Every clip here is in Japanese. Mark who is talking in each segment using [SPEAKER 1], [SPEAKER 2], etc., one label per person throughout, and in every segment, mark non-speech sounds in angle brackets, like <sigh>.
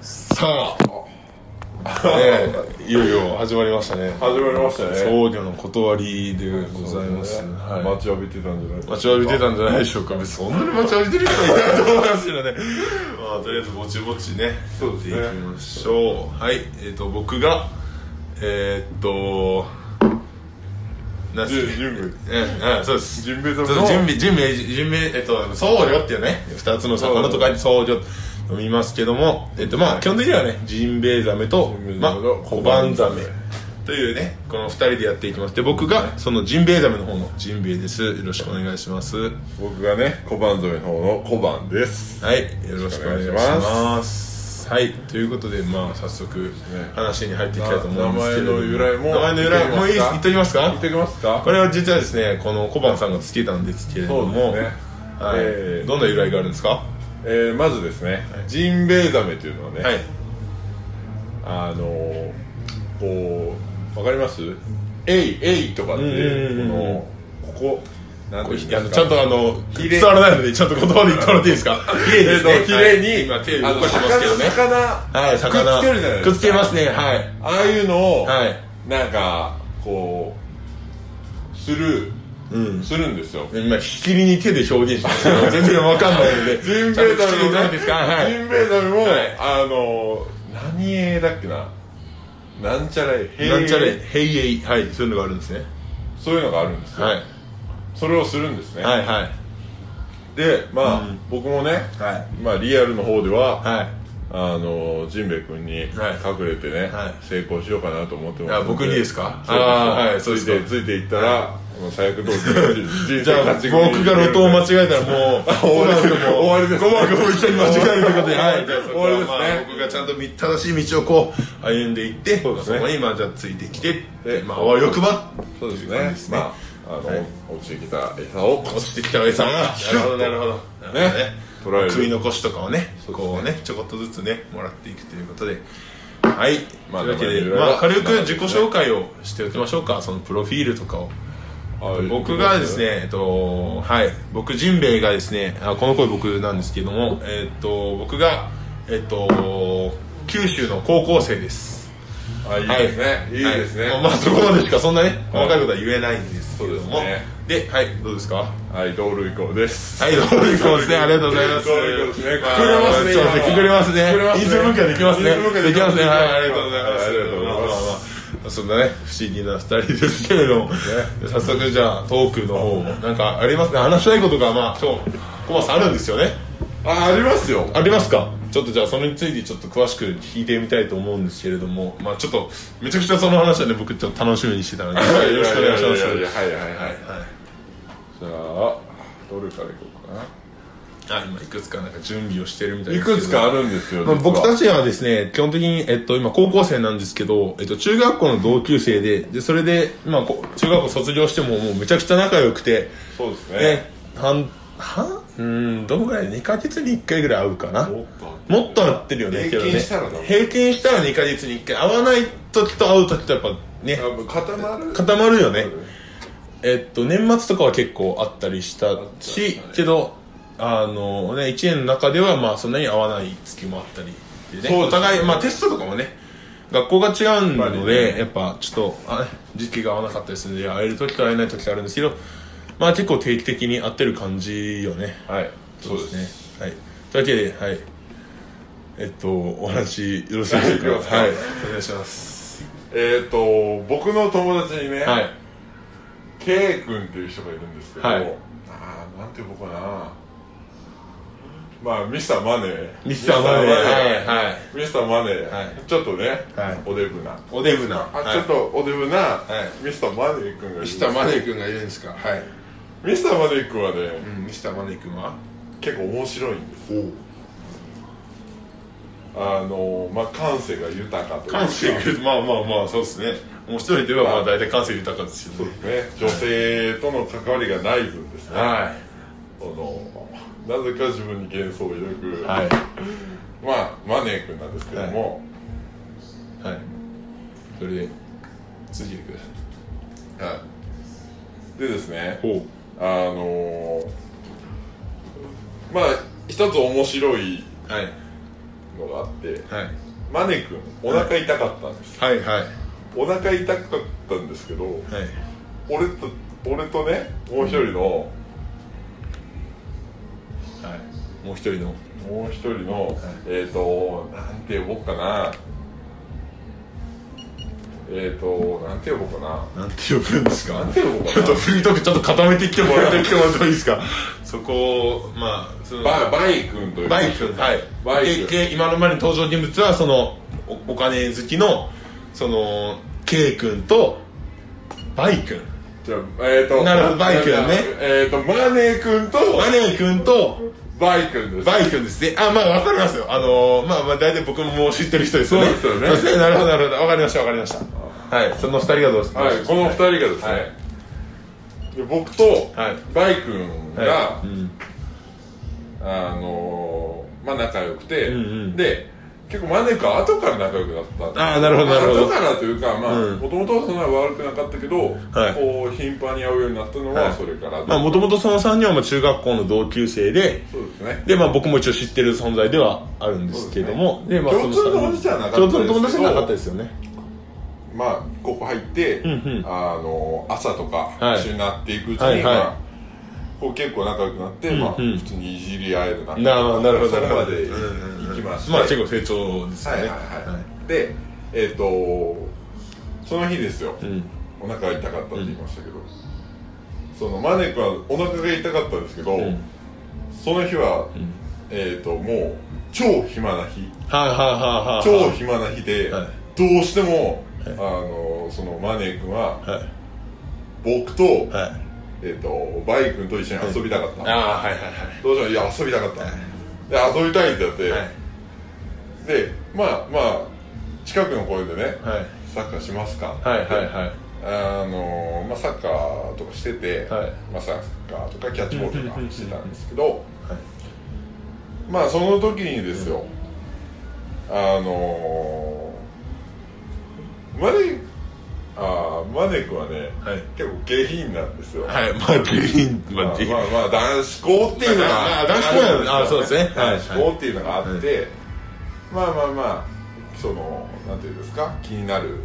[SPEAKER 1] さあ、ねえ、いよいよ始まりましたね
[SPEAKER 2] 始まりましたね
[SPEAKER 1] 僧侶の断りでございます、
[SPEAKER 2] ね
[SPEAKER 1] は
[SPEAKER 2] 待ちわびてたんじゃない
[SPEAKER 1] い、待ちわびてたんじゃないでしょうか別にそんなに待ちわびてる人はいないと思いますけどね、 <laughs> まあ、とりあえずぼちぼちね
[SPEAKER 2] そうですね
[SPEAKER 1] やっていきましょうはいえっ、と僕がえーっと何
[SPEAKER 2] じゅ
[SPEAKER 1] ですか
[SPEAKER 2] 準備
[SPEAKER 1] ええそうです
[SPEAKER 2] 準備と
[SPEAKER 1] そう
[SPEAKER 2] の
[SPEAKER 1] 準備準備準備えっと僧侶っていうね二つの魚とかに僧侶飲みますけどもえっとまあ基本的にはねジンベエザメと
[SPEAKER 2] ジンベエ
[SPEAKER 1] ま
[SPEAKER 2] ザ
[SPEAKER 1] あ
[SPEAKER 2] メと
[SPEAKER 1] コバンザメというねこの二人でやっていきますで僕がそのジンベエザメの方のジンベエですよろしくお願いしますは
[SPEAKER 2] 僕がね小判添えの方の小判です
[SPEAKER 1] いよろしくお願いします
[SPEAKER 2] よろしくお
[SPEAKER 1] はいということでまあ早速話に入っていきたいと思うんですけれども
[SPEAKER 2] 名前の由来も
[SPEAKER 1] 名前の由来もいい
[SPEAKER 2] 言ってみますか
[SPEAKER 1] 言っときますか
[SPEAKER 2] 行ってきますか
[SPEAKER 1] これは実はですねこの小判さんがつけたんですけれども、はい
[SPEAKER 2] えー
[SPEAKER 1] どんな由来があるんですか
[SPEAKER 2] えーまずですねジンベエザメというのはね、
[SPEAKER 1] はい
[SPEAKER 2] あのーこうわかりますえいえいとかって
[SPEAKER 1] うんう
[SPEAKER 2] こ
[SPEAKER 1] んうん
[SPEAKER 2] のここなんていうん
[SPEAKER 1] い
[SPEAKER 2] で
[SPEAKER 1] や
[SPEAKER 2] すか
[SPEAKER 1] ちゃんとあの
[SPEAKER 2] 綺麗
[SPEAKER 1] 伝わらないのでちゃんと言葉で言ってもらっていいですか綺麗
[SPEAKER 2] えーと綺麗に、
[SPEAKER 1] はい今手
[SPEAKER 2] あ
[SPEAKER 1] 動
[SPEAKER 2] の
[SPEAKER 1] かしてますけどね
[SPEAKER 2] 魚魚
[SPEAKER 1] はい魚
[SPEAKER 2] くっつけるじゃないですか
[SPEAKER 1] くっつけますねはい
[SPEAKER 2] ああいうのを、
[SPEAKER 1] はい
[SPEAKER 2] なんかこうする
[SPEAKER 1] うん
[SPEAKER 2] するんですよ
[SPEAKER 1] 今ひきりに手で表現してますけど全然わかんないの <laughs> で
[SPEAKER 2] ジンベエザメ
[SPEAKER 1] ちゃんと聞いて
[SPEAKER 2] も
[SPEAKER 1] ないですかはい
[SPEAKER 2] ジンベエザメも、
[SPEAKER 1] はい
[SPEAKER 2] あの何えだっけななんちゃらえへい
[SPEAKER 1] なんちゃら「へいえい」はいそういうのがあるんですね
[SPEAKER 2] そういうのがあるんですよ、
[SPEAKER 1] はい
[SPEAKER 2] それをするんですね、
[SPEAKER 1] はいはい
[SPEAKER 2] でまあ、
[SPEAKER 1] うん
[SPEAKER 2] 僕もね、
[SPEAKER 1] は
[SPEAKER 2] まあ、リアルの方では、
[SPEAKER 1] はい
[SPEAKER 2] あのジンベエ君に
[SPEAKER 1] はい
[SPEAKER 2] 隠れてね、
[SPEAKER 1] はい
[SPEAKER 2] 成功しようかなと思ってます
[SPEAKER 1] あ僕にですか
[SPEAKER 2] そう
[SPEAKER 1] あーはいそ
[SPEAKER 2] そうう
[SPEAKER 1] でか
[SPEAKER 2] ですすついてついていったらもう最悪どう人
[SPEAKER 1] じゃ
[SPEAKER 2] 生
[SPEAKER 1] あ僕
[SPEAKER 2] 勝ち組に
[SPEAKER 1] が路頭を間違えたらもう
[SPEAKER 2] 終わりです
[SPEAKER 1] もう
[SPEAKER 2] 終わりです
[SPEAKER 1] ごまくも一緒に間違えるということではい
[SPEAKER 2] 終わりです
[SPEAKER 1] 終わりですね、
[SPEAKER 2] まあ
[SPEAKER 1] 僕がちゃんとみ正しい道をこう歩んでいってそ,、
[SPEAKER 2] そうですね
[SPEAKER 1] こに今じゃあついてきてで
[SPEAKER 2] で
[SPEAKER 1] まああわよくば
[SPEAKER 2] そうです
[SPEAKER 1] という感
[SPEAKER 2] ね
[SPEAKER 1] じですね
[SPEAKER 2] まああの、
[SPEAKER 1] はい
[SPEAKER 2] 落ちてきた餌を
[SPEAKER 1] 落ちてきた餌が
[SPEAKER 2] シュッと
[SPEAKER 1] ほど
[SPEAKER 2] ね
[SPEAKER 1] ほ
[SPEAKER 2] 捕
[SPEAKER 1] ど
[SPEAKER 2] らえ
[SPEAKER 1] ね
[SPEAKER 2] る
[SPEAKER 1] 食い残しとかをね
[SPEAKER 2] そうですね
[SPEAKER 1] こうねちょこっとずつねもらっていくということではい、
[SPEAKER 2] まあ
[SPEAKER 1] というわけで、
[SPEAKER 2] 名前の由来は
[SPEAKER 1] まあ、軽く自己紹介をしておきましょうかそのプロフィールとかを僕がですね、えっと、はい、僕、ジンベエがですね、あこの声僕なんですけども、えっと、僕が、えっと、九州の高校生です。
[SPEAKER 2] あいいですね、い、いですね、
[SPEAKER 1] はいまあ、そこまでしかそんなね、細かいことは言えないんですけれども。
[SPEAKER 2] そう
[SPEAKER 1] ではい、どうですかは
[SPEAKER 2] はい、道路以降です。
[SPEAKER 1] い、どうですね、ありがとうございます。
[SPEAKER 2] どういうことですね
[SPEAKER 1] まあ
[SPEAKER 2] くくれます
[SPEAKER 1] そうですね、くくれます
[SPEAKER 2] ね今
[SPEAKER 1] ね。
[SPEAKER 2] くくれますね
[SPEAKER 1] イズム化できますね。
[SPEAKER 2] イズム化
[SPEAKER 1] で
[SPEAKER 2] で
[SPEAKER 1] き
[SPEAKER 2] き
[SPEAKER 1] ま
[SPEAKER 2] ます
[SPEAKER 1] ね。
[SPEAKER 2] すね
[SPEAKER 1] はい、ありがとうございます。
[SPEAKER 2] ありがとうござい
[SPEAKER 1] ま
[SPEAKER 2] ます
[SPEAKER 1] あまあまあそんなね、不思議な二人ですけれども。早速じゃあトークの方もなんかありますね話したいことがまあ今日コバさんあるんですよね
[SPEAKER 2] あ、ありますよ。
[SPEAKER 1] ありますかちょっとじゃあそれについてちょっと詳しく聞いてみたいと思うんですけれどもまあちょっとめちゃくちゃその話はね僕ちょっと楽しみにしてたのでよろしくお願いします
[SPEAKER 2] やややはいはいはい。
[SPEAKER 1] はい
[SPEAKER 2] じゃあ、どれからいこうかな。
[SPEAKER 1] あ今いくつかなんか準備をしてるみたい
[SPEAKER 2] い
[SPEAKER 1] ですけど
[SPEAKER 2] くつかあるんですよ。
[SPEAKER 1] まあ、僕た
[SPEAKER 2] ち。
[SPEAKER 1] ちはですね、基本的に、えっと、今、高校生なんですけど、えっと、中学校の同級生で、で、それで、まあ、こ中学校卒業しても、もうめちゃくちゃ仲良くて、
[SPEAKER 2] そうです
[SPEAKER 1] ね
[SPEAKER 2] ね。、
[SPEAKER 1] 半、半、うん、どのぐらい ?2 ヶ月に1回ぐらい会うかな。
[SPEAKER 2] も
[SPEAKER 1] も
[SPEAKER 2] っと
[SPEAKER 1] っと会ってるよね、
[SPEAKER 2] 平均
[SPEAKER 1] けどね
[SPEAKER 2] したらだもん
[SPEAKER 1] 平均したら2ヶ月に1回。会わない時と会う時とやっぱね、
[SPEAKER 2] あ固まる。
[SPEAKER 1] 固まるよね
[SPEAKER 2] そう。だね
[SPEAKER 1] えっと、年末とかは結構あったりした
[SPEAKER 2] あっ
[SPEAKER 1] し、
[SPEAKER 2] たね
[SPEAKER 1] けど、あのね、1年の中ではまあそんなに合わない月もあったりでね、
[SPEAKER 2] そうですね
[SPEAKER 1] お互い、まあテストとかもね、学校が違う
[SPEAKER 2] やっぱ
[SPEAKER 1] の
[SPEAKER 2] り
[SPEAKER 1] で、
[SPEAKER 2] ね
[SPEAKER 1] やっぱちょっと、あ時期が合わなかったりするので、会える時と会えない時があるんですけど、まあ結構定期的に会ってる感じよね。
[SPEAKER 2] はい。そうですね。
[SPEAKER 1] ね。はい。というわけで、はい。えっと、お話よろしいでしょうか。は
[SPEAKER 2] はいい。
[SPEAKER 1] お願いします。
[SPEAKER 2] えっと、僕の友達にね、
[SPEAKER 1] はい。
[SPEAKER 2] K 君っていう人がいるんですけど、
[SPEAKER 1] は
[SPEAKER 2] あ
[SPEAKER 1] い
[SPEAKER 2] あーなんて呼ぼうかな。まあ、ミスターマネー。
[SPEAKER 1] ミスターマネー。はい。
[SPEAKER 2] い。
[SPEAKER 1] はい。
[SPEAKER 2] ミスターマネー。
[SPEAKER 1] はい
[SPEAKER 2] ちょっとね、
[SPEAKER 1] はい
[SPEAKER 2] おデブな。
[SPEAKER 1] おデブな。
[SPEAKER 2] あ、
[SPEAKER 1] はい
[SPEAKER 2] ちょっとおデブな、
[SPEAKER 1] い
[SPEAKER 2] ミスターマネー君がいるんで
[SPEAKER 1] ミ
[SPEAKER 2] す
[SPEAKER 1] ス
[SPEAKER 2] け
[SPEAKER 1] タ
[SPEAKER 2] ど
[SPEAKER 1] ーマネー君がいるんですかはい、
[SPEAKER 2] ミスターマネー君はね、
[SPEAKER 1] うん、ミスターマネー君は
[SPEAKER 2] 結構面白いんです
[SPEAKER 1] おお
[SPEAKER 2] あのまあ感性が豊かというか
[SPEAKER 1] 感性がまあまあまあそうですね面白いといえばまあ大体感性豊かですよね
[SPEAKER 2] ね女性との関わりがない分ですね、
[SPEAKER 1] は
[SPEAKER 2] そのなぜか自分に幻想を抱く、
[SPEAKER 1] はい
[SPEAKER 2] まあマネー君なんですけども、
[SPEAKER 1] いはいそれで続けてくださ
[SPEAKER 2] はいでですね
[SPEAKER 1] いほう
[SPEAKER 2] あのまあ一つ面白い
[SPEAKER 1] はい
[SPEAKER 2] のがあって
[SPEAKER 1] はい
[SPEAKER 2] マネ君お腹痛かったんです、
[SPEAKER 1] はいはい
[SPEAKER 2] お腹痛かったんですけど
[SPEAKER 1] はい
[SPEAKER 2] 俺と俺とねもう一人の、
[SPEAKER 1] はいもう一人の
[SPEAKER 2] もう一人の、えっ、ー、となんて呼ぼうかなえっ、ー、となんて呼ぼうかな
[SPEAKER 1] なんて呼ぶんですか
[SPEAKER 2] なんて呼ぼう
[SPEAKER 1] <laughs> ちょ
[SPEAKER 2] か
[SPEAKER 1] っ
[SPEAKER 2] な
[SPEAKER 1] とフリートークちょっと固めていってもらっていってもらってもいいですか <laughs> そこをまあその
[SPEAKER 2] ババイ君という
[SPEAKER 1] バイクはい
[SPEAKER 2] バイ
[SPEAKER 1] で
[SPEAKER 2] ク
[SPEAKER 1] で今のまでの登場人物はそのおお金好きのその K 君とバイ君
[SPEAKER 2] じゃあえっ、ー、と
[SPEAKER 1] なるほどバイ君ね
[SPEAKER 2] えっ、ー、とマネ君と
[SPEAKER 1] マネー君と
[SPEAKER 2] バイ君です
[SPEAKER 1] バイ君ですねあまあわかりますよあのーまあまあ大体僕ももう知ってる人ですよね
[SPEAKER 2] そうですよね
[SPEAKER 1] ねなるほどなるほどわかりましたわかりましたはいその二人がどうした
[SPEAKER 2] はいこの二人がですね、
[SPEAKER 1] はい
[SPEAKER 2] で僕と
[SPEAKER 1] はい
[SPEAKER 2] バイ君が、
[SPEAKER 1] はいうん
[SPEAKER 2] あのーまあ仲良くて、
[SPEAKER 1] うんうん
[SPEAKER 2] で結構マネ君後から仲良くなったんで
[SPEAKER 1] あ
[SPEAKER 2] す
[SPEAKER 1] ーなるほどなるほど
[SPEAKER 2] 後からというかまあ
[SPEAKER 1] うん
[SPEAKER 2] もともとはそんな悪くなかったけど、
[SPEAKER 1] はい
[SPEAKER 2] こう頻繁に会うようになったの
[SPEAKER 1] は
[SPEAKER 2] はいそれからで、
[SPEAKER 1] まあもともとその3人はまあ中学校の同級生で
[SPEAKER 2] そうですね
[SPEAKER 1] でまあ僕も一応知ってる存在ではあるんですけどもで,、まあ
[SPEAKER 2] 共通の友達はなかった
[SPEAKER 1] 共通の友達はなかったですすよね
[SPEAKER 2] けどまあここ入って、
[SPEAKER 1] んうん
[SPEAKER 2] あのー朝とか
[SPEAKER 1] はい
[SPEAKER 2] 一緒になっていくうちに、
[SPEAKER 1] はいはい
[SPEAKER 2] まあこう結構仲良くなって、まあ、
[SPEAKER 1] うんうん
[SPEAKER 2] 普通にいじり合えるな
[SPEAKER 1] なるほどなるほど
[SPEAKER 2] そこまで
[SPEAKER 1] うんうんうん
[SPEAKER 2] 行きまして、
[SPEAKER 1] まあ結構成長ですよ
[SPEAKER 2] はい
[SPEAKER 1] ね
[SPEAKER 2] はいはい、でえっ、とその日ですよ、
[SPEAKER 1] うん
[SPEAKER 2] お腹痛かったって言いましたけど、そのマネ君はお腹が痛かったんですけど、
[SPEAKER 1] うん
[SPEAKER 2] その日は、
[SPEAKER 1] ん
[SPEAKER 2] えっ、ともう超暇な日
[SPEAKER 1] はいはいはいはい
[SPEAKER 2] 超暇な日で、
[SPEAKER 1] はい
[SPEAKER 2] どうしても、
[SPEAKER 1] はい
[SPEAKER 2] あのそのマネ君は
[SPEAKER 1] はい
[SPEAKER 2] 僕と,、
[SPEAKER 1] はい
[SPEAKER 2] えっとバイ君と一緒に遊びたかった、
[SPEAKER 1] ああはいはい
[SPEAKER 2] どうしてもいや遊びたかった、で遊びたいってやって、
[SPEAKER 1] はい
[SPEAKER 2] でまあまあ近くの公園でね、
[SPEAKER 1] はい
[SPEAKER 2] サッカーしますか
[SPEAKER 1] はいはいはい
[SPEAKER 2] あのまあ、サッカーとかしてて、
[SPEAKER 1] はい
[SPEAKER 2] まあ、サッカーとかキャッチボールとかしてたんですけど、
[SPEAKER 1] はい
[SPEAKER 2] まあその時にですよ、あのマネあーマネ君はね
[SPEAKER 1] はい
[SPEAKER 2] 結構下品なんですよ、
[SPEAKER 1] はいまあ下品
[SPEAKER 2] まあ、
[SPEAKER 1] まあ下品
[SPEAKER 2] まあまあ男子校っていうの
[SPEAKER 1] まあ
[SPEAKER 2] が
[SPEAKER 1] 男子校なんだあそうですねはい
[SPEAKER 2] 男子校っていうのがあって、まあまあまあそのなんていうんですか気になる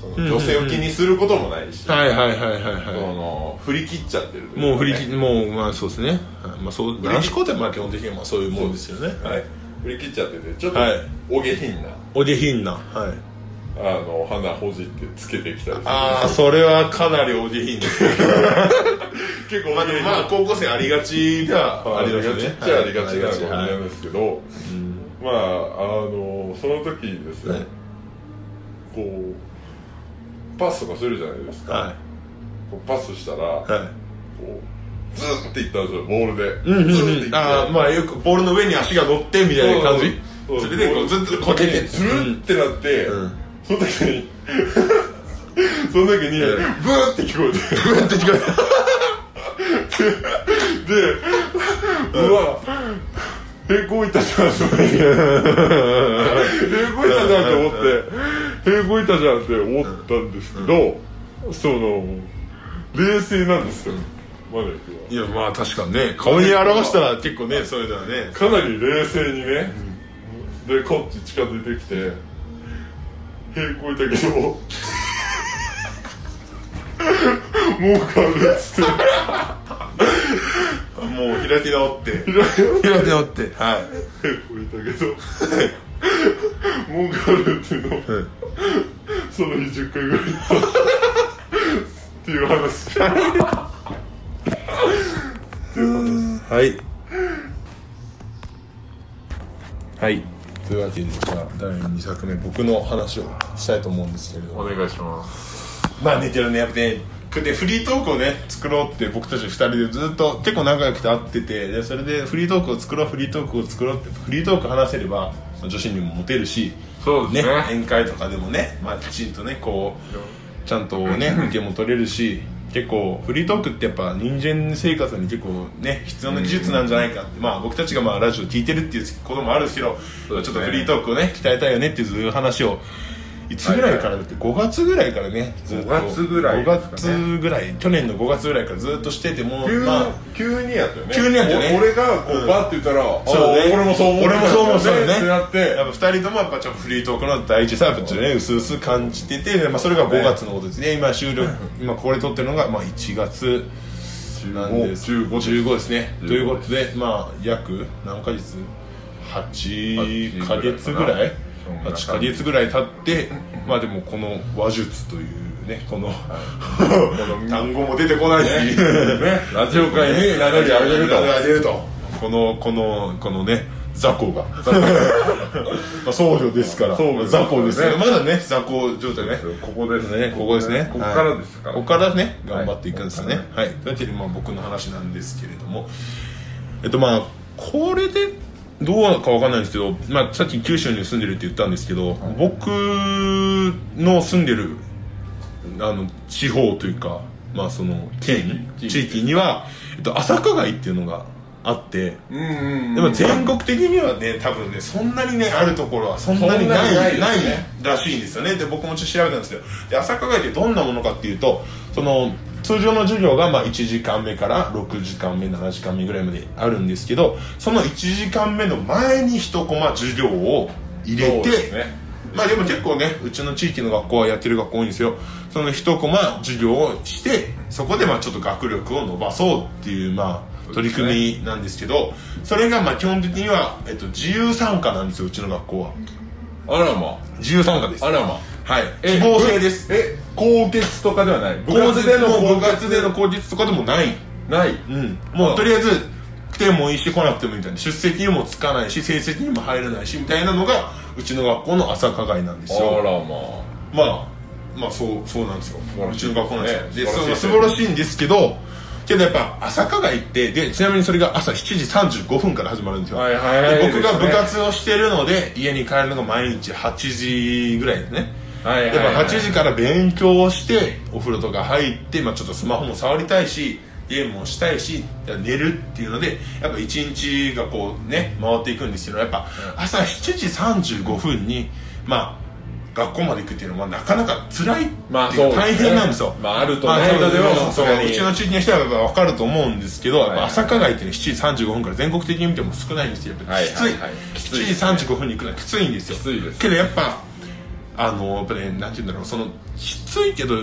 [SPEAKER 2] そ
[SPEAKER 1] ん
[SPEAKER 2] の
[SPEAKER 1] うん
[SPEAKER 2] 女性を気にすることもないし、
[SPEAKER 1] はいはいはいはい
[SPEAKER 2] そ
[SPEAKER 1] は
[SPEAKER 2] の振り切っちゃってる
[SPEAKER 1] いもう振り切
[SPEAKER 2] っ
[SPEAKER 1] もうまあそうですねはいまあそう
[SPEAKER 2] 切
[SPEAKER 1] 男子校ってまあ基本的にはまあそういうもんですよね
[SPEAKER 2] はい、振り切っちゃっててちょっと
[SPEAKER 1] はい
[SPEAKER 2] お下品な、
[SPEAKER 1] お下品なはい
[SPEAKER 2] あの鼻ほじってつけてきたり
[SPEAKER 1] ああそれはかなりお下品ですね
[SPEAKER 2] 結構
[SPEAKER 1] まあ
[SPEAKER 2] お
[SPEAKER 1] でも
[SPEAKER 2] 下品
[SPEAKER 1] まあ高校生ありがちでは
[SPEAKER 2] あ
[SPEAKER 1] あり
[SPEAKER 2] り
[SPEAKER 1] ま
[SPEAKER 2] が
[SPEAKER 1] す
[SPEAKER 2] ち
[SPEAKER 1] よ
[SPEAKER 2] っ
[SPEAKER 1] ね
[SPEAKER 2] ちゃありがちなこと
[SPEAKER 1] はい
[SPEAKER 2] なんですけど、まああのその時にですね、
[SPEAKER 1] はい
[SPEAKER 2] こうパスとかするじゃないですか、
[SPEAKER 1] は
[SPEAKER 2] こうパスしたら、
[SPEAKER 1] いはい
[SPEAKER 2] こうズーンっていったんですよボールで、
[SPEAKER 1] うんうん
[SPEAKER 2] ズーンって
[SPEAKER 1] う
[SPEAKER 2] いっ
[SPEAKER 1] ん、
[SPEAKER 2] て
[SPEAKER 1] ああまあよくボールの上に足が乗ってみたいな感じ
[SPEAKER 2] そう
[SPEAKER 1] それでこうずっとこけて
[SPEAKER 2] ズルンってなって、
[SPEAKER 1] うん
[SPEAKER 2] その時に <laughs> その時に、
[SPEAKER 1] うん
[SPEAKER 2] ブーって聞こえて
[SPEAKER 1] グーって聞こ
[SPEAKER 2] <laughs> で、うわ、へこいたじゃんと思
[SPEAKER 1] <laughs>
[SPEAKER 2] って、へこいたじゃんって思って、へこいたじゃんって思ったんですけど、その、冷静なんですよ、マネ君
[SPEAKER 1] えいやまあ確かにね顔に表したら結構ねそういうのはね
[SPEAKER 2] は。かなり冷静にね、で、こっち近づいてきて、へこいたけど、もう勘弁して、
[SPEAKER 1] もう開き直って <laughs> 開き直ってはい
[SPEAKER 2] へこいたけど、もう勘弁しての。
[SPEAKER 1] うん
[SPEAKER 2] その日10回ぐらい行ったっていう話
[SPEAKER 1] はいはいというわけでじゃあ第2作目僕の話をしたいと思うんですけれども
[SPEAKER 2] 願いします
[SPEAKER 1] まあ似てるねやっぱねでフリートークをね作ろうって僕たち2人でずっと結構仲良くて会っててでそれでフリートークを作ろうフリートークを作ろうってフリートーク話せれば女子にもモテるし
[SPEAKER 2] そう
[SPEAKER 1] ね
[SPEAKER 2] ですね
[SPEAKER 1] 宴会とかでもね、まあ、きちんとねこうちゃんとね意見も取れるし結構フリートークってやっぱ人間生活に結構ね必要な技術なんじゃないかって、まあ、僕たちがまあラジオ聞いてるっていうこともあるんですけど
[SPEAKER 2] そうで
[SPEAKER 1] ちょ
[SPEAKER 2] す
[SPEAKER 1] っ
[SPEAKER 2] ね
[SPEAKER 1] とフリートークをね鍛えたいよねっていう話をいつぐらいからだって5月ぐらいからねずっと
[SPEAKER 2] 5月ぐら
[SPEAKER 1] 5
[SPEAKER 2] いですかね
[SPEAKER 1] 月ぐらい去年の5月ぐらいからずっとしてても
[SPEAKER 2] 急,、
[SPEAKER 1] まあ
[SPEAKER 2] 急にやったよね
[SPEAKER 1] 急にやったよね
[SPEAKER 2] お俺がこう、
[SPEAKER 1] うん
[SPEAKER 2] バッて言ったら、あ
[SPEAKER 1] そうだね
[SPEAKER 2] 俺もそう思って
[SPEAKER 1] 俺もそう思うそうだね
[SPEAKER 2] ってなって
[SPEAKER 1] やっぱ2人ともやっぱちょっとフリートークの第一サーブっていうねうすうす感じてて、でまあ、それが5月のことですね今収録今これ撮ってるのがまあ1月なんです
[SPEAKER 2] 15
[SPEAKER 1] 15ですね
[SPEAKER 2] 15
[SPEAKER 1] ということでまあ約何ヶ月8ヶ月ぐらい
[SPEAKER 2] 8
[SPEAKER 1] 8ヶ月ぐらい経ってまあでもこの話術というねこの単語も出てこないし
[SPEAKER 2] ねラジオ界に名乗り上げると
[SPEAKER 1] 上げるとこのこのこのね雑 <laughs> 魚がまあ僧侶ですから
[SPEAKER 2] 僧侶です
[SPEAKER 1] 雑魚ですけどまだね雑魚状態ね
[SPEAKER 2] ここです
[SPEAKER 1] ねここですね
[SPEAKER 2] ここからですか
[SPEAKER 1] は
[SPEAKER 2] ら
[SPEAKER 1] いここからね頑張っていくんですよね
[SPEAKER 2] は
[SPEAKER 1] はいというわけでまあ僕の話なんですけれどもえっとまあこれでどうなのかわかんないんですけど、まあ、さっき九州に住んでるって言ったんですけど、僕の住んでるあの地方というか、まあ、その県
[SPEAKER 2] 地域
[SPEAKER 1] 地域には、えっと、朝霞街っていうのがあって
[SPEAKER 2] うんうんうん
[SPEAKER 1] でも全国的にはね多分ねそんなにねあるところはそんなにない
[SPEAKER 2] そんなに
[SPEAKER 1] な
[SPEAKER 2] ないい
[SPEAKER 1] らしいんですよねで僕もちょっと調べたんですけどで朝霞街ってどんなものかっていうとその通常の授業がまあ1時間目から6時間目7時間目ぐらいまであるんですけどその1時間目の前に1コマ授業を入れ
[SPEAKER 2] そうで
[SPEAKER 1] て、
[SPEAKER 2] すね
[SPEAKER 1] まあでも結構ねうちの地域の学校はやってる学校多いんですよその1コマ授業をしてそこでまあちょっと学力を伸ばそうっていうまあ取り組みなんですけどそれがまあ基本的には、えっと、自由参加なんですようちの学校は
[SPEAKER 2] あらま
[SPEAKER 1] 自由参加です
[SPEAKER 2] あらま
[SPEAKER 1] はい希望制です
[SPEAKER 2] え高血とかではない部
[SPEAKER 1] 高
[SPEAKER 2] 活
[SPEAKER 1] 月で
[SPEAKER 2] での
[SPEAKER 1] の
[SPEAKER 2] 高
[SPEAKER 1] 部
[SPEAKER 2] 血
[SPEAKER 1] 活
[SPEAKER 2] で
[SPEAKER 1] で
[SPEAKER 2] の
[SPEAKER 1] の口実とかでもない
[SPEAKER 2] ない
[SPEAKER 1] うんも
[SPEAKER 2] あ
[SPEAKER 1] うとりあえず来てもいいし来なくてもいいみたいな出席にもつかないし成績にも入らないしみたいなのがうちの学校の朝課外なんですよ
[SPEAKER 2] あらま
[SPEAKER 1] まあまあそうそうなんですよ
[SPEAKER 2] 晴ら
[SPEAKER 1] う
[SPEAKER 2] し
[SPEAKER 1] ち
[SPEAKER 2] い
[SPEAKER 1] の学校なんですよ、
[SPEAKER 2] ね
[SPEAKER 1] でそう素
[SPEAKER 2] 素
[SPEAKER 1] 晴
[SPEAKER 2] 晴
[SPEAKER 1] ら
[SPEAKER 2] ら
[SPEAKER 1] しいんですけどけどやっぱ朝課外ってでちなみにそれが朝7時35分から始まるんですよ、
[SPEAKER 2] はいはいはい
[SPEAKER 1] で僕が
[SPEAKER 2] です
[SPEAKER 1] 部
[SPEAKER 2] ね
[SPEAKER 1] 活をしてるので家に帰るのが毎日8時ぐらいですね
[SPEAKER 2] はいはいはい
[SPEAKER 1] やっぱ8時から勉強をしてお風呂とか入って、まあ、ちょっとスマホも触りたいしゲームもしたいし寝るっていうのでやっぱ一日がこうね回っていくんですけどやっぱ朝7時35分にまあ学校まで行くっていうのはなかなか辛いっていう
[SPEAKER 2] ま
[SPEAKER 1] か
[SPEAKER 2] あそうですね
[SPEAKER 1] 大変なんですよ、
[SPEAKER 2] まああると
[SPEAKER 1] まあ
[SPEAKER 2] ないのではさす
[SPEAKER 1] そう
[SPEAKER 2] がに
[SPEAKER 1] うちの地域の人はやっぱ分かると思うんですけど、やっ
[SPEAKER 2] はい
[SPEAKER 1] ぱ朝霞街ってね7時35分から全国的に見ても少ないんですよやっぱきつい,、
[SPEAKER 2] はいはいはいきついですね
[SPEAKER 1] 7時35分に行くのはきついんですよ
[SPEAKER 2] きついです
[SPEAKER 1] けどやっぱあのやっぱねなんて言うんだろうそのきついけど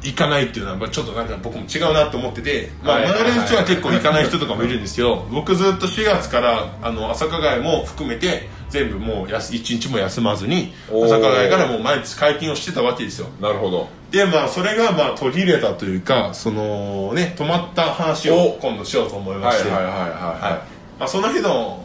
[SPEAKER 1] 行かないっていうのはやっぱちょっとなんか僕も違うなと思ってて、まあ、
[SPEAKER 2] はいはいはい
[SPEAKER 1] 周りの人は結構行かない人とかもいるんですけ
[SPEAKER 2] <laughs>
[SPEAKER 1] ど僕ずっと4月からあの朝霞街も含めて全部もうやす1日も休まずに
[SPEAKER 2] おー
[SPEAKER 1] 朝霞街からもう毎日解禁をしてたわけですよ
[SPEAKER 2] あなるほど
[SPEAKER 1] でまあそれがまあ取り入れたというかそのね止まった話を
[SPEAKER 2] お
[SPEAKER 1] 今度しようと思いま
[SPEAKER 2] はい
[SPEAKER 1] し
[SPEAKER 2] はい
[SPEAKER 1] て
[SPEAKER 2] はいはい
[SPEAKER 1] はいまあ、その日の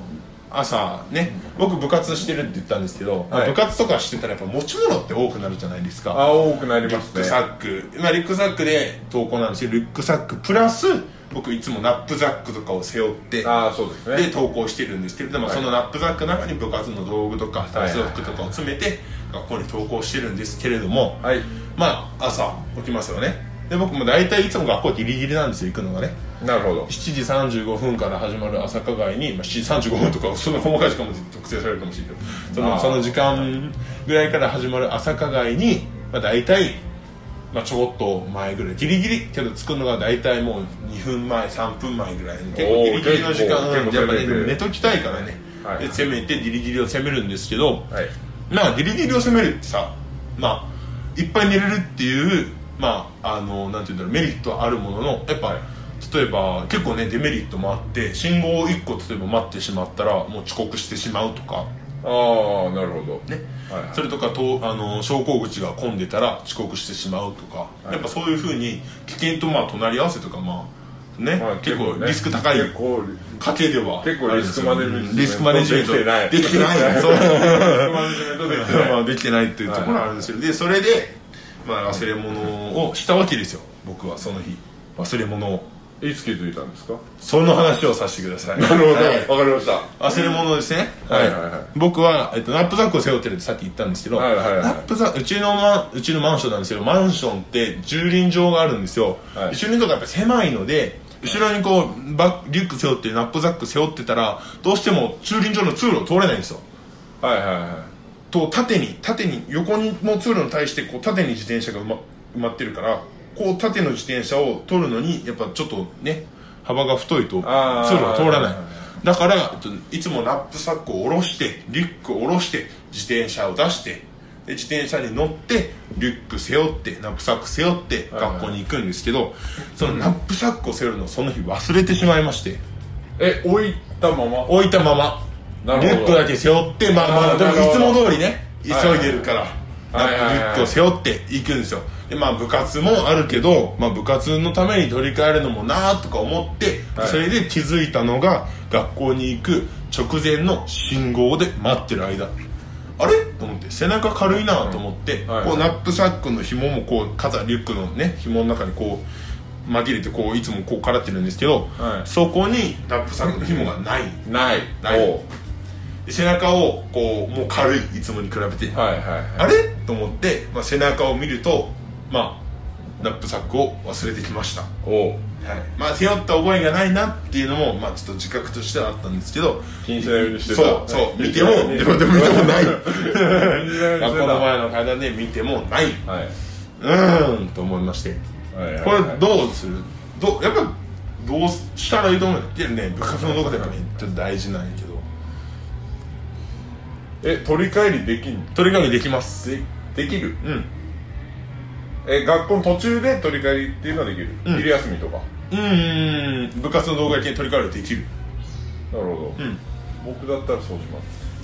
[SPEAKER 1] 朝ね僕部活してるって言ったんですけど、
[SPEAKER 2] はい
[SPEAKER 1] 部活とかしてたらやっぱ持ち物って多くなるじゃないですか
[SPEAKER 2] あ多くなりま
[SPEAKER 1] リュッ
[SPEAKER 2] す
[SPEAKER 1] ク
[SPEAKER 2] ね
[SPEAKER 1] サック、まあ、リュックサックで投稿なんですけどリュックサックプラス僕いつもナップザックとかを背負って
[SPEAKER 2] ああそうです
[SPEAKER 1] で
[SPEAKER 2] ね
[SPEAKER 1] 投稿してるんですけれども、
[SPEAKER 2] はい
[SPEAKER 1] そのナップザックの中に部活の道具とか
[SPEAKER 2] いはい
[SPEAKER 1] 体操服とかを詰めて学校に投稿してるんですけれども、
[SPEAKER 2] はい
[SPEAKER 1] まあ朝起きますよねで僕も大体いつも学校ギリギリなんですよ行くのがね
[SPEAKER 2] なるほど
[SPEAKER 1] 7時35分から始まる朝課外に、まあ、7時35分とかその細かい時間も特定されるかもしれないけどそ
[SPEAKER 2] あ
[SPEAKER 1] の
[SPEAKER 2] ー
[SPEAKER 1] その時間ぐらいから始まる朝課外に、まあ、大体、まあ、ちょこっと前ぐらいギリギリけど着くのが大体もう2分前3分前ぐらいの結構
[SPEAKER 2] おー
[SPEAKER 1] ギリギリの時間
[SPEAKER 2] 結構
[SPEAKER 1] やっぱね
[SPEAKER 2] 結構
[SPEAKER 1] 寝ときたいからね、
[SPEAKER 2] はい
[SPEAKER 1] で攻めてギリギリを攻めるんですけど、
[SPEAKER 2] はい
[SPEAKER 1] まあギリギリを攻めるってさまあいっぱい寝れるっていうまああのなんていうんだろうメリットはあるもののやっぱ例えば結構ねデメリットもあって信号を1個例えば待ってしまったらもう遅刻してしまうとか
[SPEAKER 2] ああなるほど
[SPEAKER 1] ね
[SPEAKER 2] はいはい
[SPEAKER 1] それとかとあの昇降口が混んでたら遅刻してしまうとか、
[SPEAKER 2] い
[SPEAKER 1] やっぱそういうふうに危険とまあ隣り合わせとかまあね、
[SPEAKER 2] まあ
[SPEAKER 1] 結構
[SPEAKER 2] 結構ね
[SPEAKER 1] リスク高い
[SPEAKER 2] 結構リ
[SPEAKER 1] 家庭では
[SPEAKER 2] 結構リスクマネジメント
[SPEAKER 1] リスクマネジメント
[SPEAKER 2] できてない
[SPEAKER 1] できて
[SPEAKER 2] <laughs>
[SPEAKER 1] ないそう
[SPEAKER 2] リスクマネジメントできてない
[SPEAKER 1] まあできてないっていうところはあるんですよ、でそれで、まあ、忘れ物をしたわけですよ僕はその日忘れ物を
[SPEAKER 2] いつ気づいたんですか
[SPEAKER 1] その話をさせてくださいな
[SPEAKER 2] はいわかりました
[SPEAKER 1] 忘れ物ですね、
[SPEAKER 2] はいはいはい
[SPEAKER 1] 僕は、えっと、ナップザックを背負ってるってさっき言ったんですけど、
[SPEAKER 2] はいはいはい
[SPEAKER 1] ナップザックうちのマンうちのマンションなんですけどマンションって駐輪場があるんですよ、
[SPEAKER 2] はい
[SPEAKER 1] 駐輪場がやっぱ狭いので後ろにこうバックリュック背負ってナップザック背負ってたらどうしても駐輪場の通路を通れないんですよ
[SPEAKER 2] はいはいはい
[SPEAKER 1] と縦に縦に横にの通路に対してこう縦に自転車が埋ま埋まってるからこう縦の自転車を取るのにやっぱちょっとね幅が太いと通路
[SPEAKER 2] あー
[SPEAKER 1] が通らないだからえっといつもラップサックを下ろしてリュックを下ろして自転車を出してで自転車に乗ってリュック背負ってナップサック背負って
[SPEAKER 2] はいはい
[SPEAKER 1] 学校に行くんですけどそのナップサックを背負るのをその日忘れてしまいまして
[SPEAKER 2] え置いたまま
[SPEAKER 1] 置いたまま
[SPEAKER 2] な
[SPEAKER 1] リュ
[SPEAKER 2] る
[SPEAKER 1] ッ
[SPEAKER 2] ほ
[SPEAKER 1] ク
[SPEAKER 2] ど
[SPEAKER 1] だけ背負ってまあま
[SPEAKER 2] あ
[SPEAKER 1] あ
[SPEAKER 2] ー
[SPEAKER 1] でも
[SPEAKER 2] なるほ
[SPEAKER 1] いつ
[SPEAKER 2] ど
[SPEAKER 1] も通りね急いでるから
[SPEAKER 2] はいはいはい
[SPEAKER 1] リュックを背負って行くんですよでまあ部活もあるけど、まあ、部活のために取り替えるのもなーとか思って、
[SPEAKER 2] はい
[SPEAKER 1] それで気づいたのが学校に行く直前の信号で待ってる間あれと思って背中軽いなと思って、
[SPEAKER 2] はい
[SPEAKER 1] こうナップサックの紐もこう肩リュックのね紐の中にこう紛れてこういつもこうからってるんですけど、
[SPEAKER 2] はい
[SPEAKER 1] そこにナップサックの紐がない
[SPEAKER 2] ない
[SPEAKER 1] ない
[SPEAKER 2] おう
[SPEAKER 1] で背中をこうもう軽いいつもに比べて、
[SPEAKER 2] はいはい
[SPEAKER 1] あれと思って、まあ、背中を見るとまあナップサックを忘れてきました、は
[SPEAKER 2] おう
[SPEAKER 1] いまあ、背負った覚えがないなっていうのも、まあ、ちょっと自覚としてはあったんですけど
[SPEAKER 2] 気にしないようにしてた
[SPEAKER 1] そうそう見ても
[SPEAKER 2] はい
[SPEAKER 1] でもでも見てもない <laughs> 学校の
[SPEAKER 2] は
[SPEAKER 1] 前の階段で見てもない
[SPEAKER 2] いはいう
[SPEAKER 1] ーんと思いまして
[SPEAKER 2] はいはい
[SPEAKER 1] これどうするどうやっぱどうしたらいいと思うのいやね部活の動画とかねちょっと大事なんやけど
[SPEAKER 2] え取り帰りできん
[SPEAKER 1] 取り紙できます
[SPEAKER 2] でできる
[SPEAKER 1] うん
[SPEAKER 2] え学校の途中で取り帰りっていうのはできる、
[SPEAKER 1] うん
[SPEAKER 2] 昼休みとか
[SPEAKER 1] うーん部活の動画系に取り替えるできる
[SPEAKER 2] なるほど、
[SPEAKER 1] ん
[SPEAKER 2] 僕だったらそうしま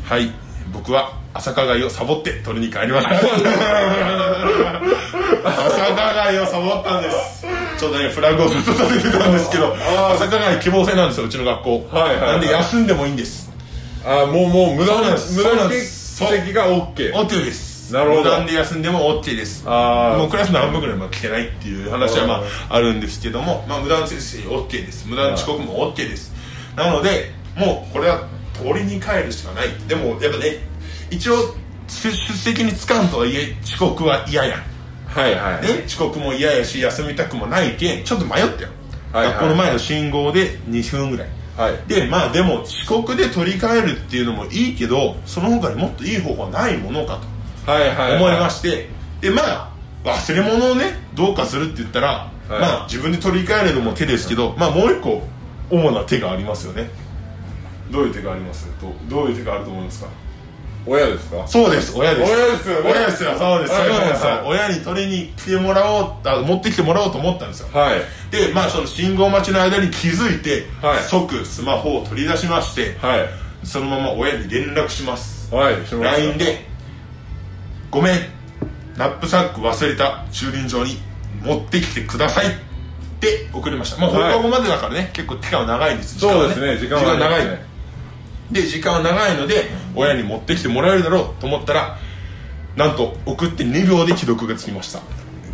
[SPEAKER 2] す
[SPEAKER 1] はい僕は朝加害をサボって取りに帰りました朝加害をサボったんですちょっとねフラグをずっと立ててたんですけど
[SPEAKER 2] あー
[SPEAKER 1] 朝加害希望制なんですようちの学校
[SPEAKER 2] はいはいはい
[SPEAKER 1] なんで休んでもいいんです
[SPEAKER 2] あもうもう無
[SPEAKER 1] そうな
[SPEAKER 2] 駄
[SPEAKER 1] ん
[SPEAKER 2] な
[SPEAKER 1] です
[SPEAKER 2] 無
[SPEAKER 1] そう
[SPEAKER 2] 駄
[SPEAKER 1] なん
[SPEAKER 2] な
[SPEAKER 1] で
[SPEAKER 2] 欠
[SPEAKER 1] すそう
[SPEAKER 2] 席が OK
[SPEAKER 1] オッケーです
[SPEAKER 2] なるほど
[SPEAKER 1] 無断で休んでも OK です
[SPEAKER 2] あー
[SPEAKER 1] もうクラスの半分ぐらいまで来てないっていう話はまああるんですけども、まあ、無断先生 OK です無断遅刻も OK ですなのでもうこれは通りに帰るしかないでもやっぱね一応出出席につかんとはいえ遅刻は嫌やん
[SPEAKER 2] はいはい
[SPEAKER 1] ね、遅刻も嫌やし休みたくもないけんちょっと迷ったよ、
[SPEAKER 2] はいはい
[SPEAKER 1] 学校の前の信号で2分ぐらい
[SPEAKER 2] はい
[SPEAKER 1] でまあでも遅刻で取り替えるっていうのもいいけどその他にもっといい方法はないものか
[SPEAKER 2] はいはいはい
[SPEAKER 1] と思いまして、でまあ忘れ物をねどうかするって言ったら、まあ自分で取り替えるのも手ですけど、まあもう一個主な手がありますよねどういう手がありますどどういう手があると思いますか
[SPEAKER 2] 親ですか
[SPEAKER 1] そうです親です
[SPEAKER 2] 親ですよね
[SPEAKER 1] 親ですよそうです、
[SPEAKER 2] はいはいはい
[SPEAKER 1] そうです親に取りに来てもらおうあ持ってきてもらおうと思ったんですよ
[SPEAKER 2] はい
[SPEAKER 1] でまあその信号待ちの間に気づいて、
[SPEAKER 2] はい
[SPEAKER 1] 即スマホを取り出しまして、
[SPEAKER 2] はい
[SPEAKER 1] そのまま親に連絡します
[SPEAKER 2] はいしました
[SPEAKER 1] LINE で「ごめんナップサック忘れた駐輪場に持ってきてください」って送りましたまあ放課後までだからね、結構期間は長いんです時間
[SPEAKER 2] そ
[SPEAKER 1] は
[SPEAKER 2] うですね時間は
[SPEAKER 1] 時間長い
[SPEAKER 2] ありますね
[SPEAKER 1] で時間は長いので親に持ってきてもらえるだろうと思ったらなんと送って2秒で既読がつきました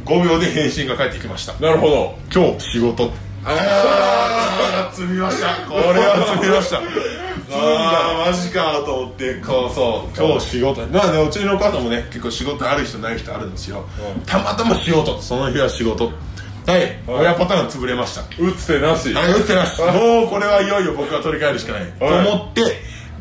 [SPEAKER 1] 5秒で返信が返ってきました
[SPEAKER 2] なるほど
[SPEAKER 1] 今日仕事 <laughs> ああ積みましたこれは積みましたああマジかと思ってこうそう今日仕事まあねうちのお母さんもね結構仕事ある人ない人あるんですよ、
[SPEAKER 2] うん
[SPEAKER 1] たまたま仕事その日は仕事はい、親パターン潰れました
[SPEAKER 2] 打つ手なし
[SPEAKER 1] あ打ってなしもうこれはいよいよ僕は取り替えるしかない、と思って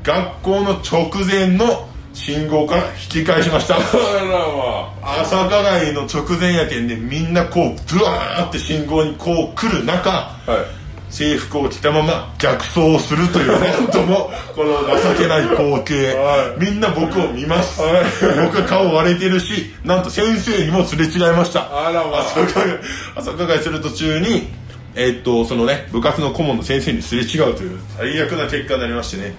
[SPEAKER 1] 学校の直前の信号から引き返しました
[SPEAKER 2] あらまあ
[SPEAKER 1] 朝加害の直前やけんでみんなこうドゥワーって信号にこう来る中、
[SPEAKER 2] はい
[SPEAKER 1] 制服を着たまま逆走をするというなんともこの情けない光景
[SPEAKER 2] は
[SPEAKER 1] みんな僕を見ます
[SPEAKER 2] はい
[SPEAKER 1] 僕は顔割れてるしなんと先生にもすれ違いました
[SPEAKER 2] あらまあ
[SPEAKER 1] 朝加害 <laughs> 朝加害する途中にえっとそのね部活の顧問の先生にすれ違うという最悪な結果になりましてね、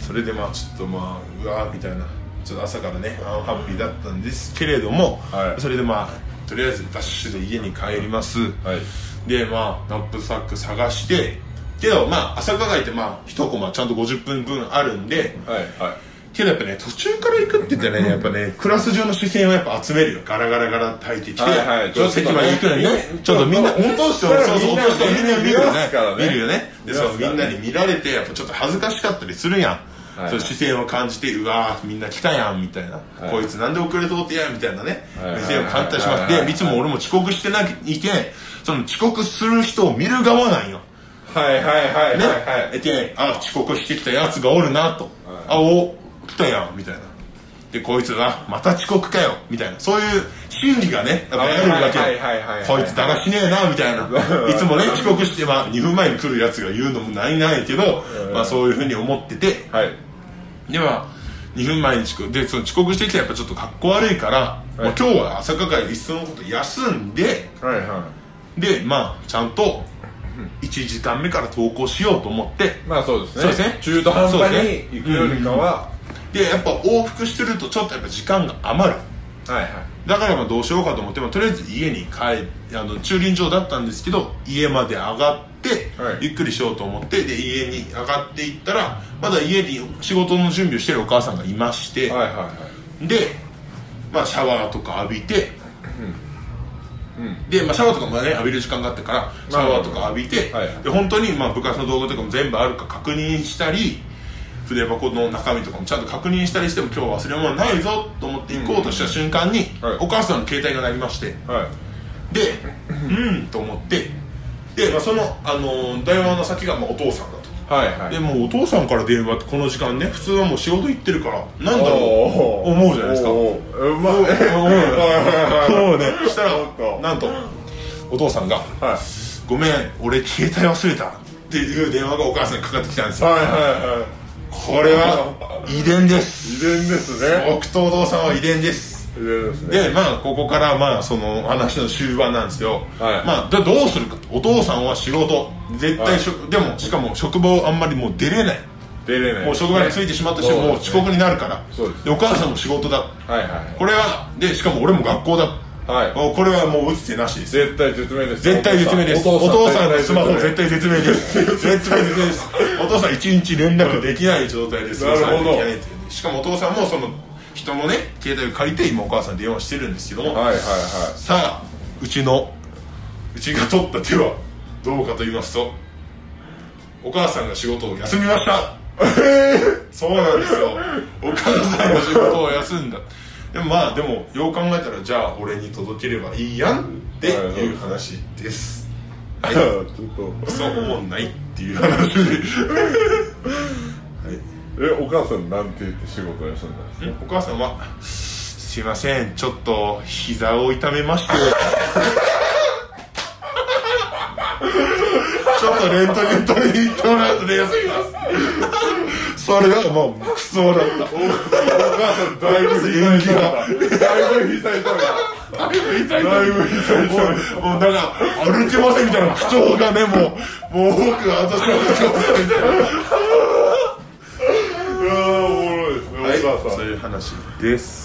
[SPEAKER 1] それでまあちょっとまあうわーみたいなちょっと朝からねアンハッピーだったんですけれども、
[SPEAKER 2] はい
[SPEAKER 1] それでまあとりあえずダッシュで家に帰ります、
[SPEAKER 2] はい
[SPEAKER 1] でまあナップサック探してけどまあ朝加害ってまあ一コマちゃんと50分分あるんで
[SPEAKER 2] はいはい
[SPEAKER 1] けどやっぱね途中から行くって言ってねやっぱねクラス上の視線をやっぱ集めるよガラガラガラって入ってきて、
[SPEAKER 2] はいはい
[SPEAKER 1] ちょっと席まで行くのにねちょっとみんな
[SPEAKER 2] ちょっと
[SPEAKER 1] 本当ですよ
[SPEAKER 2] そ
[SPEAKER 1] そううそう
[SPEAKER 2] みんな
[SPEAKER 1] 本当ですよみんな見るよ
[SPEAKER 2] 見ますからね
[SPEAKER 1] ね見るよねでそう
[SPEAKER 2] 見
[SPEAKER 1] み
[SPEAKER 2] ます
[SPEAKER 1] ん
[SPEAKER 2] から
[SPEAKER 1] な
[SPEAKER 2] ね
[SPEAKER 1] に見られてやっぱちょっと恥ずかしかったりするやん、
[SPEAKER 2] はい
[SPEAKER 1] そう視線を感じてうわーみんな来たやんみたいな、
[SPEAKER 2] はい
[SPEAKER 1] こいつなんで遅れとってやみたいなね
[SPEAKER 2] はい
[SPEAKER 1] 目線を感じたりします
[SPEAKER 2] はいはい
[SPEAKER 1] でいつも俺も遅刻してないけんその遅刻する人を見る側なんよ
[SPEAKER 2] はいはいはい
[SPEAKER 1] ね、
[SPEAKER 2] はいはい
[SPEAKER 1] えてあ遅刻してきたやつがおるなと、あお来たやんみたいなでこいつはまた遅刻かよみたいなそういう心理がねやっぱあるわけよ
[SPEAKER 2] はいはいはいはいはい
[SPEAKER 1] こいつだらしねえなみたいないつもね遅刻して、まあ、2分前に来るやつが言うのもないないけど、まあ、そういうふうに思ってて
[SPEAKER 2] はい
[SPEAKER 1] では2分前に遅刻でその遅刻してきたらやっぱちょっと格好悪いから、まあ今日は朝霞会でいっそのこと休んで
[SPEAKER 2] はいは
[SPEAKER 1] でまあちゃんと1時間目から投稿しようと思って
[SPEAKER 2] いまあそうですね
[SPEAKER 1] そうですね
[SPEAKER 2] 中途半
[SPEAKER 1] そう
[SPEAKER 2] 端
[SPEAKER 1] で
[SPEAKER 2] に行くよりかは、
[SPEAKER 1] でやっぱ往復してるとちょっとやっぱ時間が余る
[SPEAKER 2] はいは
[SPEAKER 1] だからまあどうしようかと思って、まあ、とりあえず家に帰あの駐輪場だったんですけど家まで上がって、
[SPEAKER 2] はい
[SPEAKER 1] ゆっくりしようと思ってで家に上がっていったらまだ家に仕事の準備をしてるお母さんがいまして、
[SPEAKER 2] いはいはいはい
[SPEAKER 1] で、まあ、シャワーとか浴びて、で、まあ、シャワーとかもね浴びる時間があったからシャワーとか浴びて、
[SPEAKER 2] はいはい
[SPEAKER 1] で本当にまあ部活の動画とかも全部あるか確認したり筆箱の中身とかもちゃんと確認したりしても今日忘れ物ないぞと思って行こうとした瞬間に、
[SPEAKER 2] はい
[SPEAKER 1] お母さんの携帯が鳴りまして
[SPEAKER 2] はい
[SPEAKER 1] でうんと思ってで、まあ、その、あのー電話の先がまあお父さんだと。
[SPEAKER 2] はいはい
[SPEAKER 1] でもうお父さんから電話ってこの時間ね普通はもう仕事行ってるからなんだろう
[SPEAKER 2] おー
[SPEAKER 1] 思うじゃないですか
[SPEAKER 2] おーおーうまい
[SPEAKER 1] 思うそうねそしたら
[SPEAKER 2] そっか
[SPEAKER 1] なんとお父さんが
[SPEAKER 2] はい
[SPEAKER 1] 「ごめん俺携帯忘れた」っていう電話がお母さんにかかってきたんですよ
[SPEAKER 2] はいはいはい
[SPEAKER 1] これは遺伝です
[SPEAKER 2] 遺伝ですね
[SPEAKER 1] 僕とお父さんは遺伝です
[SPEAKER 2] 遺伝ですね
[SPEAKER 1] でまあここからまあその話の終盤なんですよ、
[SPEAKER 2] はい
[SPEAKER 1] まあでどうするかお父さんは仕事絶対しょ、でもしかも職場をあんまりもう出れない
[SPEAKER 2] 出れない
[SPEAKER 1] もう職場に着いてしまったとしてももう遅刻になるから
[SPEAKER 2] そうですね
[SPEAKER 1] でお母さんも仕事だ
[SPEAKER 2] はいはい
[SPEAKER 1] これはでしかも俺も学校だ
[SPEAKER 2] はい
[SPEAKER 1] もうこれはもう打つ手なしです
[SPEAKER 2] 絶対絶命です
[SPEAKER 1] 絶対絶命ですお父さんのスマホ絶対絶命です絶対絶命です <laughs> お父さん一日連絡できない状態です
[SPEAKER 2] なるほど
[SPEAKER 1] お父さんにできないっていうねしかもお父さんもその人のね携帯を借りて今お母さんに電話してるんですけども、 <laughs>
[SPEAKER 2] はいはいはい
[SPEAKER 1] さあうちのうちが取った手はどうかと言いますとお母さんが仕事を休みましたそうなんですよお母さんが仕事を休んだでもまあでもよう考えたらじゃあ俺に届ければいいやんっていう話です
[SPEAKER 2] ちょっと
[SPEAKER 1] クソ思んないっていう話
[SPEAKER 2] えお母さんなんて言って仕事休んだんですか
[SPEAKER 1] お母さんは「すいませんちょっと膝を痛めまして」 <laughs> ちょっとレントゲン取りに行ってもらうとで休みますそれはもうクソだった
[SPEAKER 2] お母さんだいぶ膝痛めただいぶ膝痛め
[SPEAKER 1] だいぶ痛いもうもうなんか歩けませんみたいな口調がねもうもう僕が私の口調みたいな
[SPEAKER 2] たうわーおもろいですねお母さん
[SPEAKER 1] そういう話です